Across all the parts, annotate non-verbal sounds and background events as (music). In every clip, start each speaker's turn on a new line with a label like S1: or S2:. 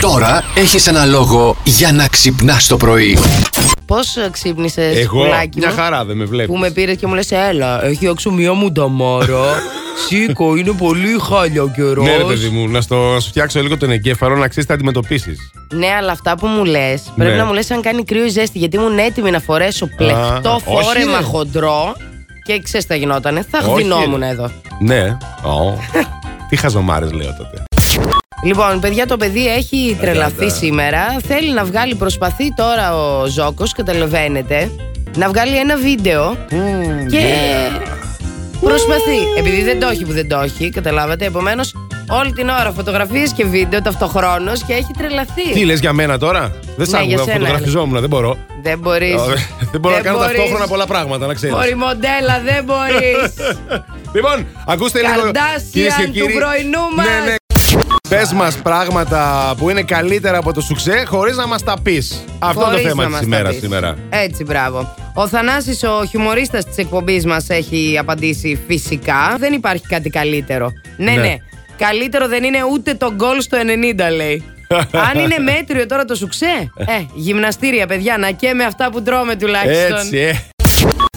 S1: Τώρα έχεις ένα λόγο για να ξυπνάς το πρωί.
S2: Πώς ξύπνησες,
S3: Εγώ,
S2: ε, πουλάκι
S3: μια
S2: μου,
S3: χαρά δεν με
S2: Που
S3: βλέπεις.
S2: με πήρες και μου λες, Έλα, έχει έξω μια μου ταμάρα. Σήκω, είναι πολύ χάλια ο καιρό.
S3: Ναι, ρε παιδί μου, να, στο, να σου φτιάξω λίγο τον εγκέφαλο να ξέρεις τι αντιμετωπίσεις.
S2: Ναι, αλλά αυτά που μου λες, πρέπει
S3: Ναι.
S2: να μου λες αν κάνει κρύο ή ζέστη. Γιατί ήμουν έτοιμη να φορέσω πλεκτό
S3: όχι,
S2: φόρεμα
S3: ρε.
S2: χοντρό και ξέρεις τι θα γινότανε. Θα
S3: Όχι,
S2: χδινόμουν
S3: ρε.
S2: εδώ.
S3: Ναι. Ω. τι χαζομάρες λέω τότε.
S2: Λοιπόν, παιδιά, το παιδί έχει τρελαθεί
S3: Αγάπη.
S2: σήμερα. Θέλει να βγάλει, προσπαθεί τώρα ο Ζόκο, καταλαβαίνετε, να βγάλει ένα βίντεο. Και
S3: ναι.
S2: προσπαθεί. Επειδή δεν το έχει που δεν το έχει, καταλάβατε. Επομένως, όλη την ώρα φωτογραφίες και βίντεο ταυτοχρόνως και έχει τρελαθεί.
S3: Τι λες για μένα τώρα. Δεν σ'
S2: Ναι, για
S3: άκουγα,
S2: σένα,
S3: φωτογραφιζόμουν, δεν μπορώ. Ε,
S2: Δεν μπορείς.
S3: δεν μπορώ να κάνω ταυτόχρονα πολλά πράγματα, να ξέρεις.
S2: Μπορεί μοντέλα, δεν μπορείς.
S3: (laughs) Λοιπόν, ακούστε λίγο.
S2: Καρντάσιαν
S3: κυρίες και
S2: του
S3: κύριοι.
S2: πρωινού μας.
S3: Ναι, ναι. Πες μας πράγματα που είναι καλύτερα από το σουξέ χωρίς να μας τα πεις. Αυτό είναι το θέμα τη ημέρα σήμερα.
S2: Έτσι, μπράβο. Ο Θανάσης, ο χιουμορίστας της εκπομπής μας, έχει απαντήσει φυσικά. Δεν υπάρχει κάτι καλύτερο. Ναι, ναι.
S3: Ναι.
S2: Καλύτερο δεν είναι ούτε το γκολ στο 90,
S3: (laughs)
S2: λέει. Αν είναι μέτριο τώρα το σουξέ. Ε, γυμναστήρια, παιδιά, να καίμε αυτά που τρώμε τουλάχιστον.
S3: Έτσι, ε.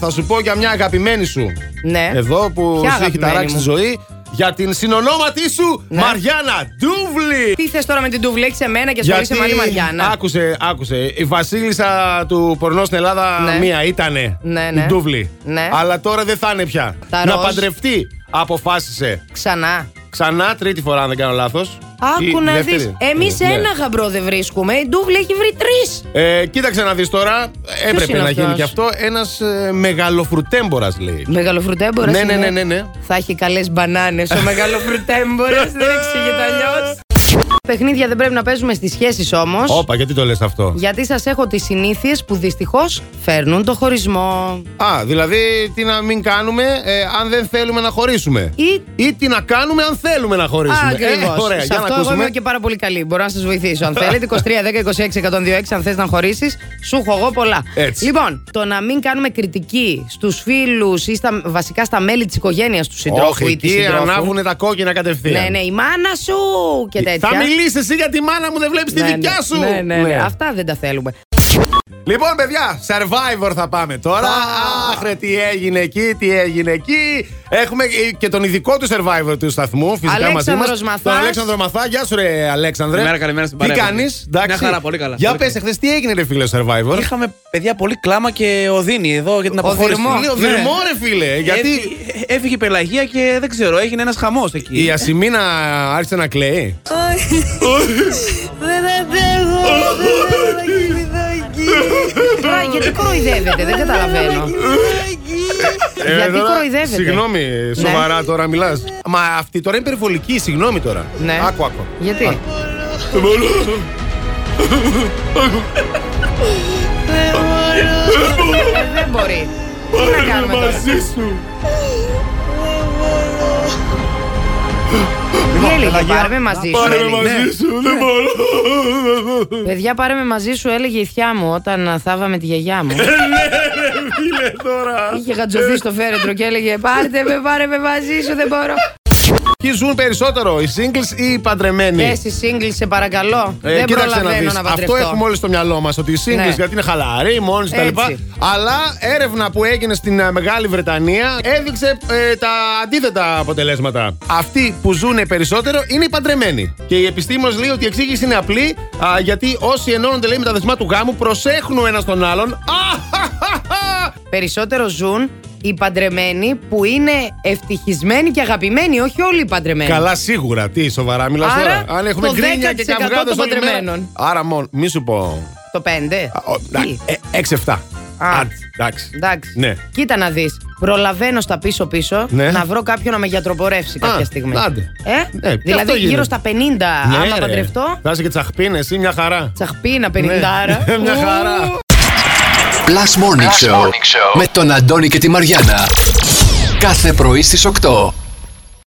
S3: Θα σου πω για μια αγαπημένη σου.
S2: Ναι.
S3: Εδώ που
S2: Ποια
S3: σου έχει
S2: αγαπημένη
S3: ταράξει
S2: μου?
S3: τη ζωή. Για την συνονόματή σου,
S2: Ναι.
S3: Μαριάννα Ντούβλη.
S2: Τι θες τώρα με την τουβλή, σε μένα και ασχολείσαι με άλλη Μαριάννα.
S3: Άκουσε, άκουσε. Η βασίλισσα του πορνό στην Ελλάδα
S2: Ναι.
S3: μία ήτανε.
S2: Ναι, ναι.
S3: Η Ντούβλη.
S2: Ναι.
S3: Αλλά τώρα δεν θα είναι πια.
S2: Τα
S3: να
S2: ροζ.
S3: παντρευτεί, αποφάσισε.
S2: Ξανά.
S3: Ξανά, τρίτη φορά, αν δεν κάνω λάθος.
S2: Άκου να δεις. Εμείς
S3: Ναι.
S2: ένα γαμπρό δεν βρίσκουμε. Η ντουβλή έχει βρει τρεις.
S3: Ε, κοίταξε να δεις τώρα. Έπρεπε
S2: είναι
S3: να γίνει
S2: αυτός?
S3: και αυτό. Ένας ε, μεγαλοφρουτέμπορας λέει.
S2: Μεγαλοφρουτέμπορας.
S3: Ναι, ναι, ναι, ναι, ναι.
S2: Θα έχει καλές μπανάνες. Ο
S3: (laughs)
S2: μεγαλοφρουτέμπορας δεν εξηγείται αλλιώς. Παιχνίδια δεν πρέπει να παίζουμε στις σχέσεις όμως.
S3: Όπα, γιατί το λες αυτό.
S2: Γιατί σας έχω τις συνήθειες που δυστυχώς φέρνουν το χωρισμό.
S3: Α, δηλαδή τι να μην κάνουμε ε, αν δεν θέλουμε να χωρίσουμε.
S2: Ή-
S3: τι να κάνουμε αν θέλουμε να χωρίσουμε.
S2: Ακριβώς.
S3: Ε, ωραία,
S2: Σε
S3: για να
S2: αυτό εγώ
S3: ακούσουμε.
S2: είμαι και πάρα πολύ καλή. Μπορώ να σας βοηθήσω. Αν
S3: (laughs)
S2: θέλετε, 23, 10, 26, 126, αν θες να χωρίσεις, σου έχω εγώ πολλά.
S3: Έτσι.
S2: Λοιπόν, το να μην κάνουμε κριτική στους φίλους ή στα, βασικά στα μέλη της οικογένειας του συντρόφου
S3: Όχι,
S2: ή της
S3: εκεί
S2: συντρόφου.
S3: ανάβουν τα κόκκινα κατευθείαν.
S2: Ναι, ναι, η μάνα σου και τέτοια.
S3: Θα μιλήσει εσύ για τη μάνα μου, δεν βλέπει τη
S2: Ναι,
S3: δικιά
S2: ναι.
S3: σου.
S2: Ναι, ναι, ναι. Αυτά δεν τα θέλουμε.
S3: Λοιπόν, παιδιά, survivor θα πάμε τώρα.
S2: Α.
S3: Άχρε, τι έγινε εκεί, τι έγινε εκεί. Έχουμε και τον ειδικό του survivor του σταθμού, φυσικά μαζί μας.
S2: Αλέξανδρος Μαθάς.
S3: Τον Αλέξανδρο Μαθά. Γεια σου, ρε Αλέξανδρε.
S4: Καλημέρα, καλημέρα στην
S3: Τι
S4: παρέα.
S3: κάνεις,
S4: Μια
S3: εντάξει.
S4: χαρά, πολύ καλά,
S3: Για
S4: πολύ
S3: πες,
S4: καλά.
S3: εχθές τι έγινε, ρε φίλε, survivor.
S4: Είχαμε παιδιά πολύ κλάμα και οδύνη εδώ για την αποχώρηση.
S2: Δερμό.
S3: Λίγο
S4: Ναι.
S3: δερμό, ρε φίλε. Γιατί
S4: Έφυγε, έφυγε η πελαγία και δεν ξέρω, έγινε ένας χαμός εκεί.
S3: η Ασημίνα άρχισε να κλαίει.
S5: Δεν αντέχω, δεν θα κοιμηθώ εκεί.
S2: Τώρα, γιατί κοροϊδεύετε, δεν καταλαβαίνω. Γιατί
S3: Ε, τώρα, Ναι.
S2: κοροϊδεύετε?
S3: Συγγνώμη, σοβαρά τώρα μιλάς. Μα αυτή τώρα είναι περιβολική, συγγνώμη τώρα.
S2: Ναι.
S3: Άκου, άκου.
S2: Γιατί.
S3: Δεν μπορώ.
S2: Ε, Δεν μπορεί. Τι να κάνουμε τώρα.
S3: σου. Λοιπόν,
S2: Τι έλεγε, πάρε με μαζί σου.
S3: Πάρε με
S2: έλεγε. Ναι.
S3: μαζί σου. Δεν μπορώ.
S2: Παιδιά, πάρε με μαζί σου, έλεγε η θιά μου όταν α, θάβαμε τη γιαγιά
S3: (laughs)
S2: μου.
S3: Ε, ναι, Φίλε τώρα.
S2: Είχε γατζωθεί στο φέρετρο και έλεγε Πάρτε με, πάρε με μαζί σου, δεν μπορώ.
S3: Ποιοι ζουν περισσότερο, οι singles ή οι παντρεμένοι.
S2: Πες η σύγκληση, σε παρακαλώ.
S3: Ε,
S2: δεν
S3: κοίταξε να
S2: προλαβαίνω
S3: δεις.
S2: να
S3: Αυτό έχουμε
S2: παντρευτώ.
S3: όλοι στο μυαλό μας. Ότι οι singles
S2: Ναι.
S3: γιατί είναι χαλαροί, μόνοι κτλ.
S2: Έτσι.
S3: Αλλά έρευνα που έγινε στην ε, Μεγάλη Βρετανία έδειξε ε, τα αντίθετα αποτελέσματα. Αυτοί που ζουν περισσότερο είναι οι παντρεμένοι. Και η επιστήμονες λέει ότι η εξήγηση είναι απλή α, γιατί όσοι ενώνονται λέει, με τα δεσμά του γάμου προσέχουν ένας τον άλλον. Αχαχαχα!
S2: Περισσότερο ζουν οι παντρεμένοι που είναι ευτυχισμένοι και αγαπημένοι, όχι όλοι οι παντρεμένοι.
S3: Καλά, σίγουρα. Τι, σοβαρά μιλάς
S2: Ναι. Άρα,
S3: τώρα. Αν έχουμε
S2: το
S3: γκρίνια και
S2: 10%
S3: καυγάδε
S2: των παντρεμένων.
S3: Άρα, μόνο, μη σου πω.
S2: Το 5.
S3: Α, ο, να- ε, Έξι-εφτά.
S2: Α.
S3: Άντε, Εντάξει.
S2: Εντάξει.
S3: Ναι.
S2: Κοίτα να δεις. Προλαβαίνω στα πίσω-πίσω
S3: Ναι.
S2: να βρω κάποιον να με γιατροπορεύσει
S3: Α,
S2: κάποια στιγμή.
S3: άντε.
S2: Ε?
S3: Ναι, και αυτό
S2: δηλαδή γύρω
S3: γίνεται.
S2: στα 50, άμα
S3: Ναι, ρε.
S2: παντρευτώ.
S3: Θα είσαι και τσαχπίνε ή μια χαρά.
S2: Τσαχπίνα, 50.
S3: (laughs) Ναι. μια χαρά.
S1: Plus Morning, Show, με τον Αντώνη και τη Μαριάνα. Κάθε πρωί στις 8.